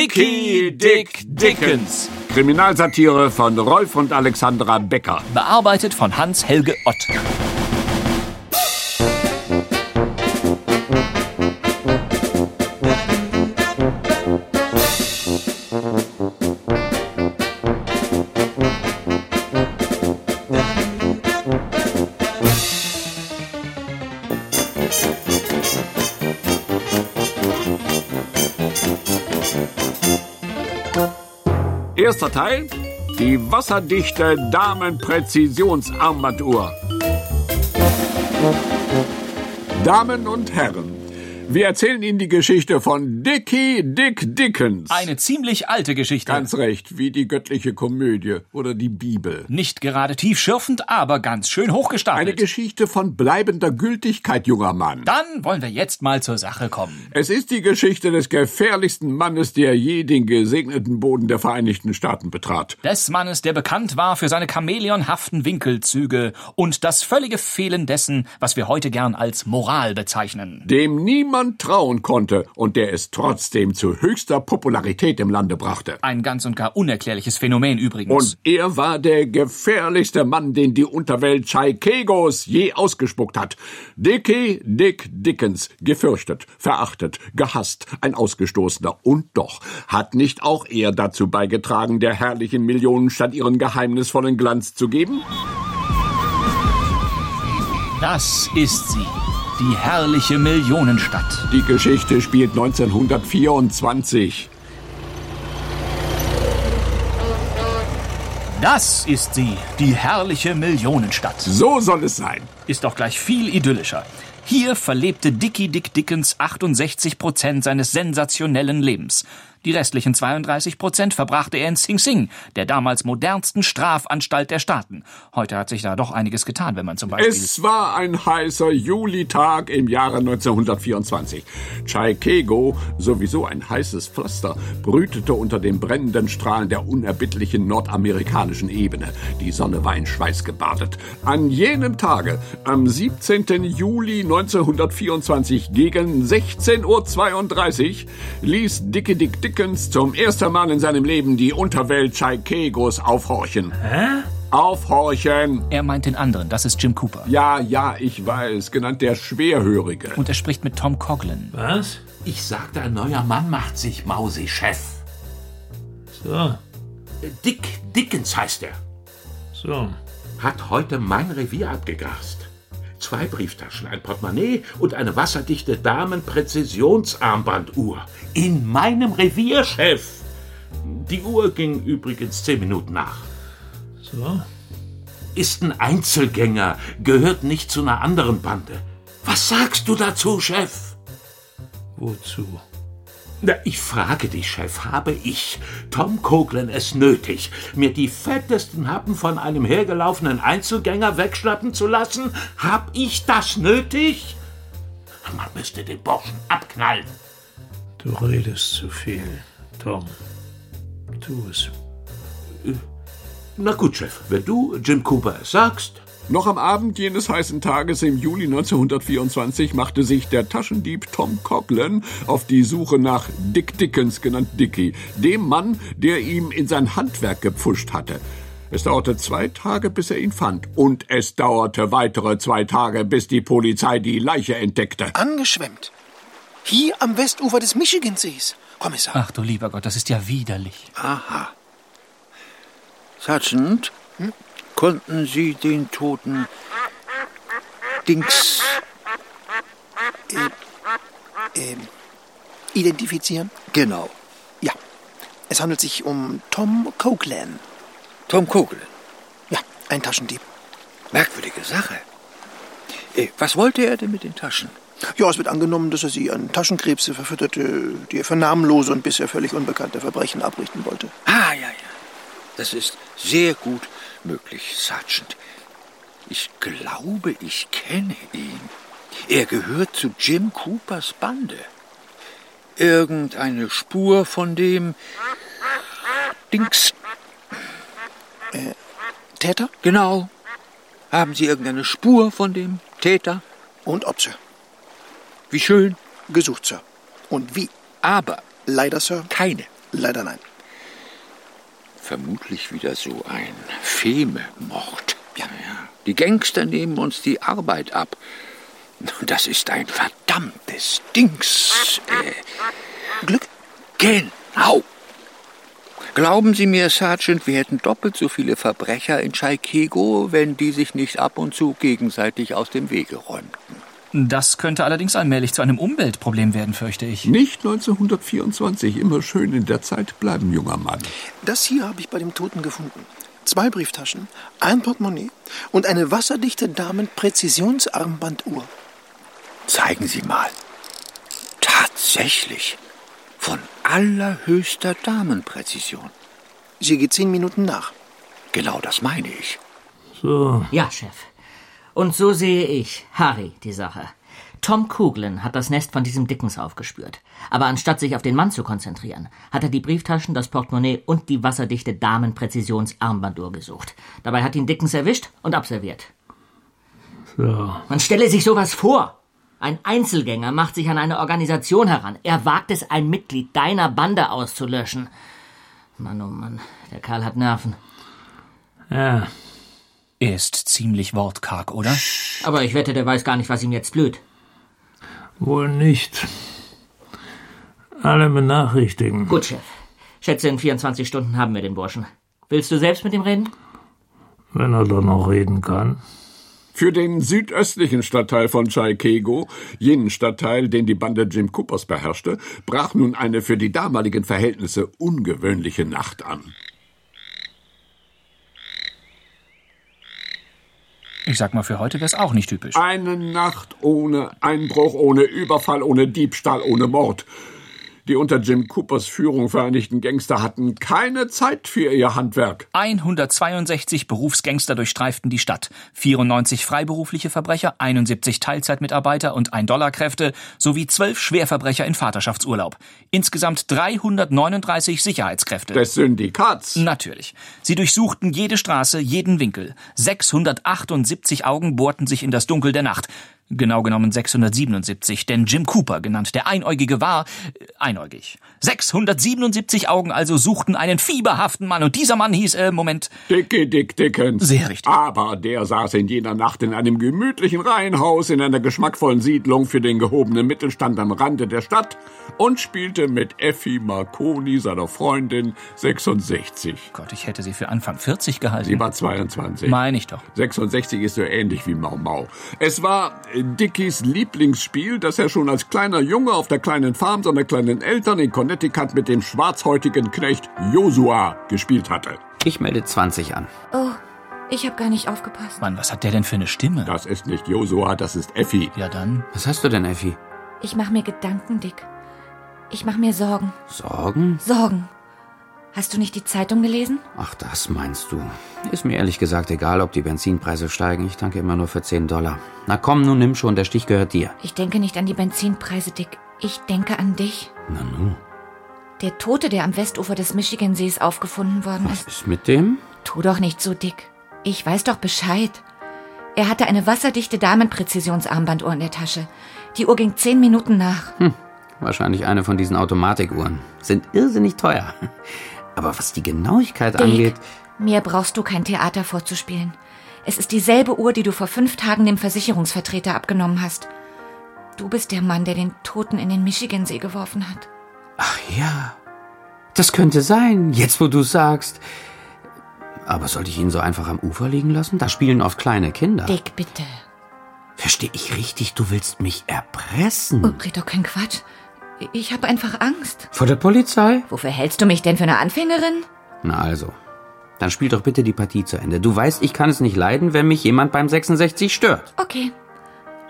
Dicky Dick Dickens. Kriminalsatire von Rolf und Alexandra Becker. Bearbeitet von Hans-Helge Ott. Erster Teil: Die wasserdichte Damenpräzisionsarmbanduhr. Damen und Herren, wir erzählen Ihnen die Geschichte von Dicky Dick Dickens. Eine ziemlich alte Geschichte. Ganz recht, wie die göttliche Komödie oder die Bibel. Nicht gerade tiefschürfend, aber ganz schön hochgestapelt. Eine Geschichte von bleibender Gültigkeit, junger Mann. Dann wollen wir jetzt mal zur Sache kommen. Es ist die Geschichte des gefährlichsten Mannes, der je den gesegneten Boden der Vereinigten Staaten betrat. Des Mannes, der bekannt war für seine chamäleonhaften Winkelzüge und das völlige Fehlen dessen, was wir heute gern als Moral bezeichnen. Dem niemand trauen konnte und der es trotzdem zu höchster Popularität im Lande brachte. Ein ganz und gar unerklärliches Phänomen übrigens. Und er war der gefährlichste Mann, den die Unterwelt Chaikegos je ausgespuckt hat. Dicky Dick Dickens, gefürchtet, verachtet, gehasst, ein Ausgestoßener. Und doch hat nicht auch er dazu beigetragen, der herrlichen Millionenstadt ihren geheimnisvollen Glanz zu geben? das ist sie. Die herrliche Millionenstadt. Die Geschichte spielt 1924. Das ist sie. Die herrliche Millionenstadt. So soll es sein. Ist doch gleich viel idyllischer. Hier verlebte Dicky Dick Dickens 68 Prozent seines sensationellen Lebens. Die restlichen 32 Prozent verbrachte er in Sing Sing, der damals modernsten Strafanstalt der Staaten. Heute hat sich da doch einiges getan, wenn man zum Beispiel... Es war ein heißer Julitag im Jahre 1924. Chaikego, sowieso ein heißes Pflaster, brütete unter den brennenden Strahlen der unerbittlichen nordamerikanischen Ebene. Die Sonne war in Schweiß gebadet. An jenem Tage, am 17. Juli 1924 gegen 16.32 Uhr, ließ Dicke Dick Dickens zum ersten Mal in seinem Leben die Unterwelt Chaikegos aufhorchen. Hä? Aufhorchen! er meint den anderen, das ist Jim Cooper. Ja, ja, ich weiß, genannt der Schwerhörige. Und er spricht mit Tom Coughlin. Was? Ich sagte, ein neuer Mann macht sich Mausi Chef. So, Dick Dickens heißt er. so. Hat heute mein Revier abgegrast. Zwei Brieftaschen, ein Portemonnaie und eine wasserdichte Damenpräzisionsarmbanduhr. In meinem Revier, Chef. Die Uhr ging übrigens zehn Minuten nach. So, Ist ein Einzelgänger, gehört nicht zu einer anderen Bande. Was sagst du dazu, Chef? wozu? Na, ich frage dich, Chef, habe ich, Tom Coughlin, es nötig, mir die fettesten Happen von einem hergelaufenen Einzelgänger wegschnappen zu lassen? Hab ich das nötig? Man müsste den Burschen abknallen. Du redest zu viel, Tom. Tu es. Na gut, Chef, wenn du Jim Cooper es sagst. Noch am Abend jenes heißen Tages im Juli 1924 machte sich der Taschendieb Tom Coughlin auf die Suche nach Dick Dickens, genannt Dicky, dem Mann, der ihm in sein Handwerk gepfuscht hatte. Es dauerte zwei Tage, bis er ihn fand, und es dauerte weitere zwei Tage, bis die Polizei die Leiche entdeckte. angeschwemmt. Hier am Westufer des Michigansees, Kommissar. Ach du lieber Gott, das ist ja widerlich. Aha. Sergeant, konnten Sie den toten Dings Ähm, identifizieren? genau Ja. Es handelt sich um Tom Coughlin. Tom Kogel? Ja, ein Taschendieb. Merkwürdige Sache. Äh, Was wollte er denn mit den Taschen? Ja, es wird angenommen, dass er sie an Taschenkrebse verfütterte, die er für namenlose und bisher völlig unbekannte Verbrechen abrichten wollte. Ah, ja, ja. Das ist sehr gut möglich, Sergeant. Ich glaube, ich kenne ihn. Er gehört zu Jim Coopers Bande. Irgendeine Spur von dem Dings Äh, Täter Genau. Haben Sie irgendeine Spur von dem Täter? und Opfer. Wie schön. Gesucht, Sir. Und wie? Aber Leider, Sir. Keine. Leider nein. Vermutlich wieder so ein Fememord. Ja, ja. Die Gangster nehmen uns die Arbeit ab. Das ist ein verdammtes Dings. Äh, Glück? Genau. Glauben Sie mir, Sergeant, wir hätten doppelt so viele Verbrecher in Chaikego, wenn die sich nicht ab und zu gegenseitig aus dem Wege räumten. Das könnte allerdings allmählich zu einem Umweltproblem werden, fürchte ich. Nicht 1924, immer schön in der Zeit bleiben, junger Mann. Das hier habe ich bei dem Toten gefunden. Zwei Brieftaschen, ein Portemonnaie und eine wasserdichte Damen-Präzisionsarmbanduhr. Zeigen Sie mal. Tatsächlich. Von allerhöchster Damenpräzision. Sie geht zehn Minuten nach. Genau das meine ich. So, Ja, Chef. Und so sehe ich, Harry, die Sache. Tom Kuglin hat das Nest von diesem Dickens aufgespürt. Aber anstatt sich auf den Mann zu konzentrieren, hat er die Brieftaschen, das Portemonnaie und die wasserdichte Damenpräzisionsarmbanduhr gesucht. Dabei hat ihn Dickens erwischt und abserviert. so. Man stelle sich sowas vor. Ein Einzelgänger macht sich an eine Organisation heran. Er wagt es, ein Mitglied deiner Bande auszulöschen. Mann, oh Mann, der Kerl hat Nerven. Ja, Er ist ziemlich wortkarg, oder? Aber ich wette, der weiß gar nicht, was ihm jetzt blüht. wohl nicht. Alle benachrichtigen. Gut, Chef. Schätze, in 24 Stunden haben wir den Burschen. Willst du selbst mit ihm reden? Wenn er dann noch reden kann. Für den südöstlichen Stadtteil von Chaikego, jenen Stadtteil, den die Bande Jim Coopers beherrschte, brach nun eine für die damaligen Verhältnisse ungewöhnliche Nacht an. Ich sag mal, für heute wär's auch nicht typisch. Eine Nacht ohne Einbruch, ohne Überfall, ohne Diebstahl, ohne Mord. Die unter Jim Coopers Führung vereinigten Gangster hatten keine Zeit für ihr Handwerk. 162 Berufsgangster durchstreiften die Stadt, 94 freiberufliche Verbrecher, 71 Teilzeitmitarbeiter und 1-Dollar-Kräfte sowie 12 Schwerverbrecher in Vaterschaftsurlaub. Insgesamt 339 Sicherheitskräfte. Des Syndikats. Natürlich. Sie durchsuchten jede Straße, jeden Winkel. 678 Augen bohrten sich in das Dunkel der Nacht. Genau genommen 677, denn Jim Cooper, genannt der Einäugige, war äh, einäugig. 677 Augen also suchten einen fieberhaften Mann und dieser Mann hieß, äh, Moment, Dicke Dick Dickens. Sehr richtig. Aber der saß in jener Nacht in einem gemütlichen Reihenhaus in einer geschmackvollen Siedlung für den gehobenen Mittelstand am Rande der Stadt und spielte mit Effi Marconi, seiner Freundin, 66. Gott, ich hätte sie für Anfang 40 gehalten. Sie war 22. Meine ich doch. 66 ist so ähnlich wie Mau Mau. Es war äh, Dickies Lieblingsspiel, das er schon als kleiner Junge auf der kleinen Farm seiner kleinen Eltern in Connecticut mit dem schwarzhäutigen Knecht Josua gespielt hatte. Ich melde 20 an. Oh, ich habe gar nicht aufgepasst. Mann, was hat der denn für eine Stimme? Das ist nicht Josua, das ist Effi. Ja, dann. Was hast du denn, Effi? Ich mache mir Gedanken, Dick. Ich mache mir Sorgen. Sorgen? Sorgen. Hast du nicht die Zeitung gelesen? Ach, das meinst du. Ist mir ehrlich gesagt egal, ob die Benzinpreise steigen. Ich tanke immer nur für 10 Dollar. Na komm, nun nimm schon, der Stich gehört dir. Ich denke nicht an die Benzinpreise, Dick. Ich denke an dich. Na nun, Der Tote, der am Westufer des Michigansees aufgefunden worden was ist. ist mit dem? Tu doch nicht so dick. Ich weiß doch Bescheid. Er hatte eine wasserdichte Damenpräzisionsarmbanduhr in der Tasche. Die Uhr ging zehn Minuten nach. Hm, Wahrscheinlich eine von diesen Automatikuhren. Sind irrsinnig teuer. Aber was die Genauigkeit Dick, angeht, Mir brauchst du kein Theater vorzuspielen. Es ist dieselbe Uhr, die du vor fünf Tagen dem Versicherungsvertreter abgenommen hast. Du bist der Mann, der den Toten in den Michigansee geworfen hat. ach ja, das könnte sein, jetzt wo du sagst. Aber sollte ich ihn so einfach am Ufer liegen lassen? Da spielen oft kleine Kinder. Dick, bitte. Verstehe ich richtig, du willst mich erpressen? Oh, red doch kein Quatsch. Ich habe einfach Angst. Vor der Polizei? Wofür hältst du mich denn für eine Anfängerin? Na also. Dann spiel doch bitte die Partie zu Ende. Du weißt, ich kann es nicht leiden, wenn mich jemand beim 66 stört. Okay.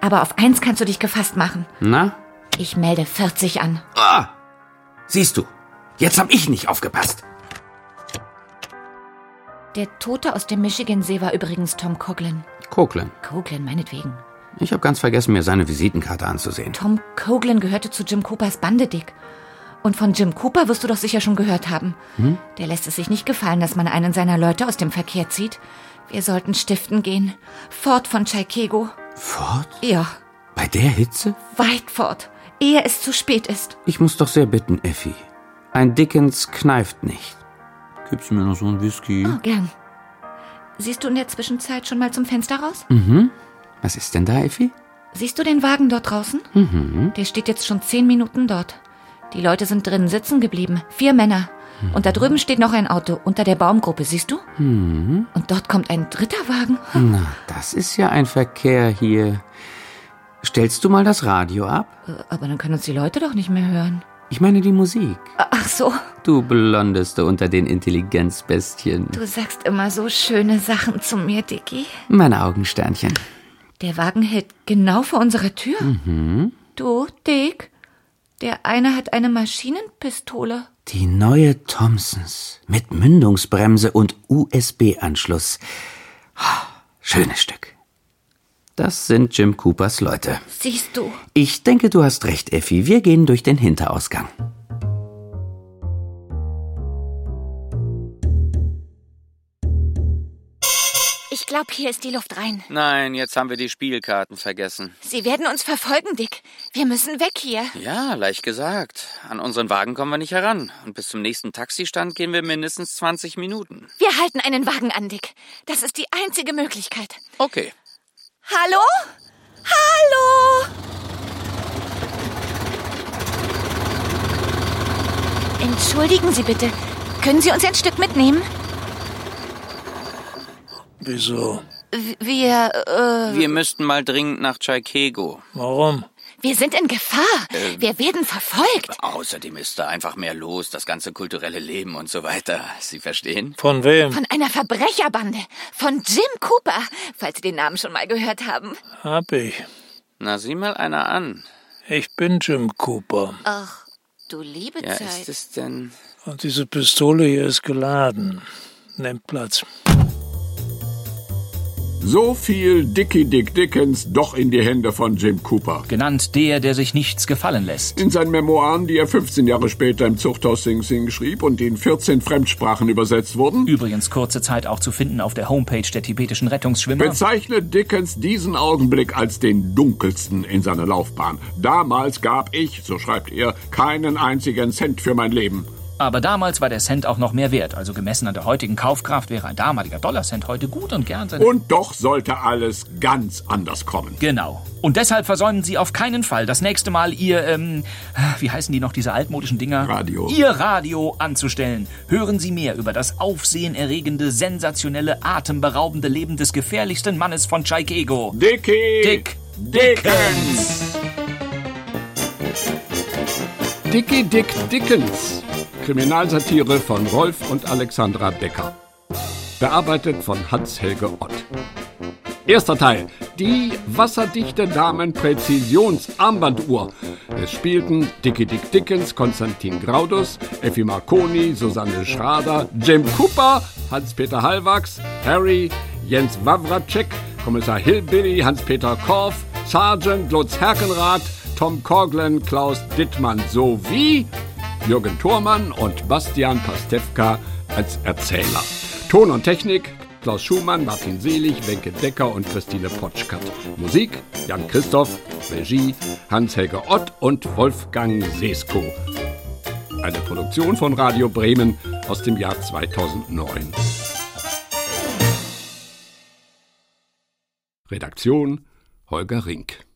Aber auf eins kannst du dich gefasst machen. Na? Ich melde 40 an. Ah! Siehst du, jetzt hab ich nicht aufgepasst. Der Tote aus dem Michigansee war übrigens Tom Coughlin. Koklin, Coughlin, meinetwegen. ich hab ganz vergessen, mir seine Visitenkarte anzusehen. Tom Coughlin gehörte zu Jim Coopers Bande, Dick. Und von Jim Cooper wirst du doch sicher schon gehört haben. Der lässt es sich nicht gefallen, dass man einen seiner Leute aus dem Verkehr zieht. Wir sollten stiften gehen. Fort von Chaikego. Fort? Ja, Bei der Hitze? weit fort. ehe es zu spät ist. Ich muss doch sehr bitten, Effi. Ein Dickens kneift nicht. Gibst du mir noch so einen Whisky? Oh, gern. Siehst du in der Zwischenzeit schon mal zum Fenster raus? Mhm. Was ist denn da, Effi? Siehst du den Wagen dort draußen? Mhm. Der steht jetzt schon zehn Minuten dort. Die Leute sind drinnen sitzen geblieben. Vier Männer. Und da drüben steht noch ein Auto, unter der Baumgruppe, siehst du? Mhm. Und dort kommt ein dritter Wagen. Na, das ist ja ein Verkehr hier. Stellst du mal das Radio ab? Äh, Aber dann können uns die Leute doch nicht mehr hören. Ich meine die Musik. Ach so, Du blondeste unter den Intelligenzbestien. du sagst immer so schöne Sachen zu mir, Dicky. Mein Augensternchen. Der Wagen hält genau vor unserer Tür. Mhm. Du, Dick, der eine hat eine Maschinenpistole. Die neue Thompsons mit Mündungsbremse und USB-Anschluss. Schönes Stück. Das sind Jim Coopers Leute. Siehst du? Ich denke, du hast recht, Effi. Wir gehen durch den Hinterausgang. Ich glaube, hier ist die Luft rein. Nein, jetzt haben wir die Spielkarten vergessen. Sie werden uns verfolgen, Dick. Wir müssen weg hier. Ja, leicht gesagt. An unseren Wagen kommen wir nicht heran. Und bis zum nächsten Taxistand gehen wir mindestens 20 Minuten. Wir halten einen Wagen an, Dick. Das ist die einzige Möglichkeit. Okay. Hallo? Hallo? Entschuldigen Sie bitte. Können Sie uns ein Stück mitnehmen? Wieso? W- Wir, äh, Wir müssten mal dringend nach Chaikego. Warum? wir sind in Gefahr. Ähm. Wir werden verfolgt. Außerdem ist da einfach mehr los, das ganze kulturelle Leben und so weiter. Sie verstehen? Von wem? Von einer Verbrecherbande. Von Jim Cooper, falls Sie den Namen schon mal gehört haben. Hab ich. Na, sieh mal einer an. Ich bin Jim Cooper. Ach, du liebe Ja, ist Zeit. es denn... Und diese Pistole hier ist geladen. Nehmt Platz. So viel Dicky Dick Dickens doch in die Hände von Jim Cooper. Genannt der, der sich nichts gefallen lässt. In seinen Memoiren, die er 15 Jahre später im Zuchthaus Sing Sing schrieb und die in 14 Fremdsprachen übersetzt wurden, Übrigens kurze Zeit auch zu finden auf der Homepage der tibetischen Rettungsschwimmer. bezeichnet Dickens diesen Augenblick als den dunkelsten in seiner Laufbahn. Damals gab ich, so schreibt er, keinen einzigen Cent für mein Leben. Aber damals war der Cent auch noch mehr wert. Also gemessen an der heutigen Kaufkraft wäre ein damaliger Dollarcent heute gut und gern sein. Und doch sollte alles ganz anders kommen. Genau. Und deshalb versäumen Sie auf keinen Fall das nächste Mal Ihr, ähm, wie heißen die noch, diese altmodischen Dinger? Radio. Ihr Radio anzustellen. Hören Sie mehr über das aufsehenerregende, sensationelle, atemberaubende Leben des gefährlichsten Mannes von Chaikego. Dicky Dick Dickens. Dicky Dick Dickens. Kriminalsatire von Rolf und Alexandra Becker. Bearbeitet von Hans-Helge Ott. Erster Teil. Die wasserdichte Damen Präzisionsarmbanduhr. Es spielten Dicky Dick Dickens, Konstantin Graudus, Effi Marconi, Susanne Schrader, Jim Cooper, Hans-Peter Hallwachs, Harry, Jens Wawracek, Kommissar Hillbilly, Hans-Peter Korff, Sergeant Lutz Herkenrath, Tom Korglen, Klaus Dittmann sowie Jürgen Thormann und Bastian Pastewka als Erzähler. Ton und Technik Klaus Schumann, Martin Selig, Wenke Decker und Christine Potschkat. Musik Jan Christoph, Regie Hans-Helge Ott und Wolfgang Sesko. Eine Produktion von Radio Bremen aus dem Jahr 2009. Redaktion Holger Rink.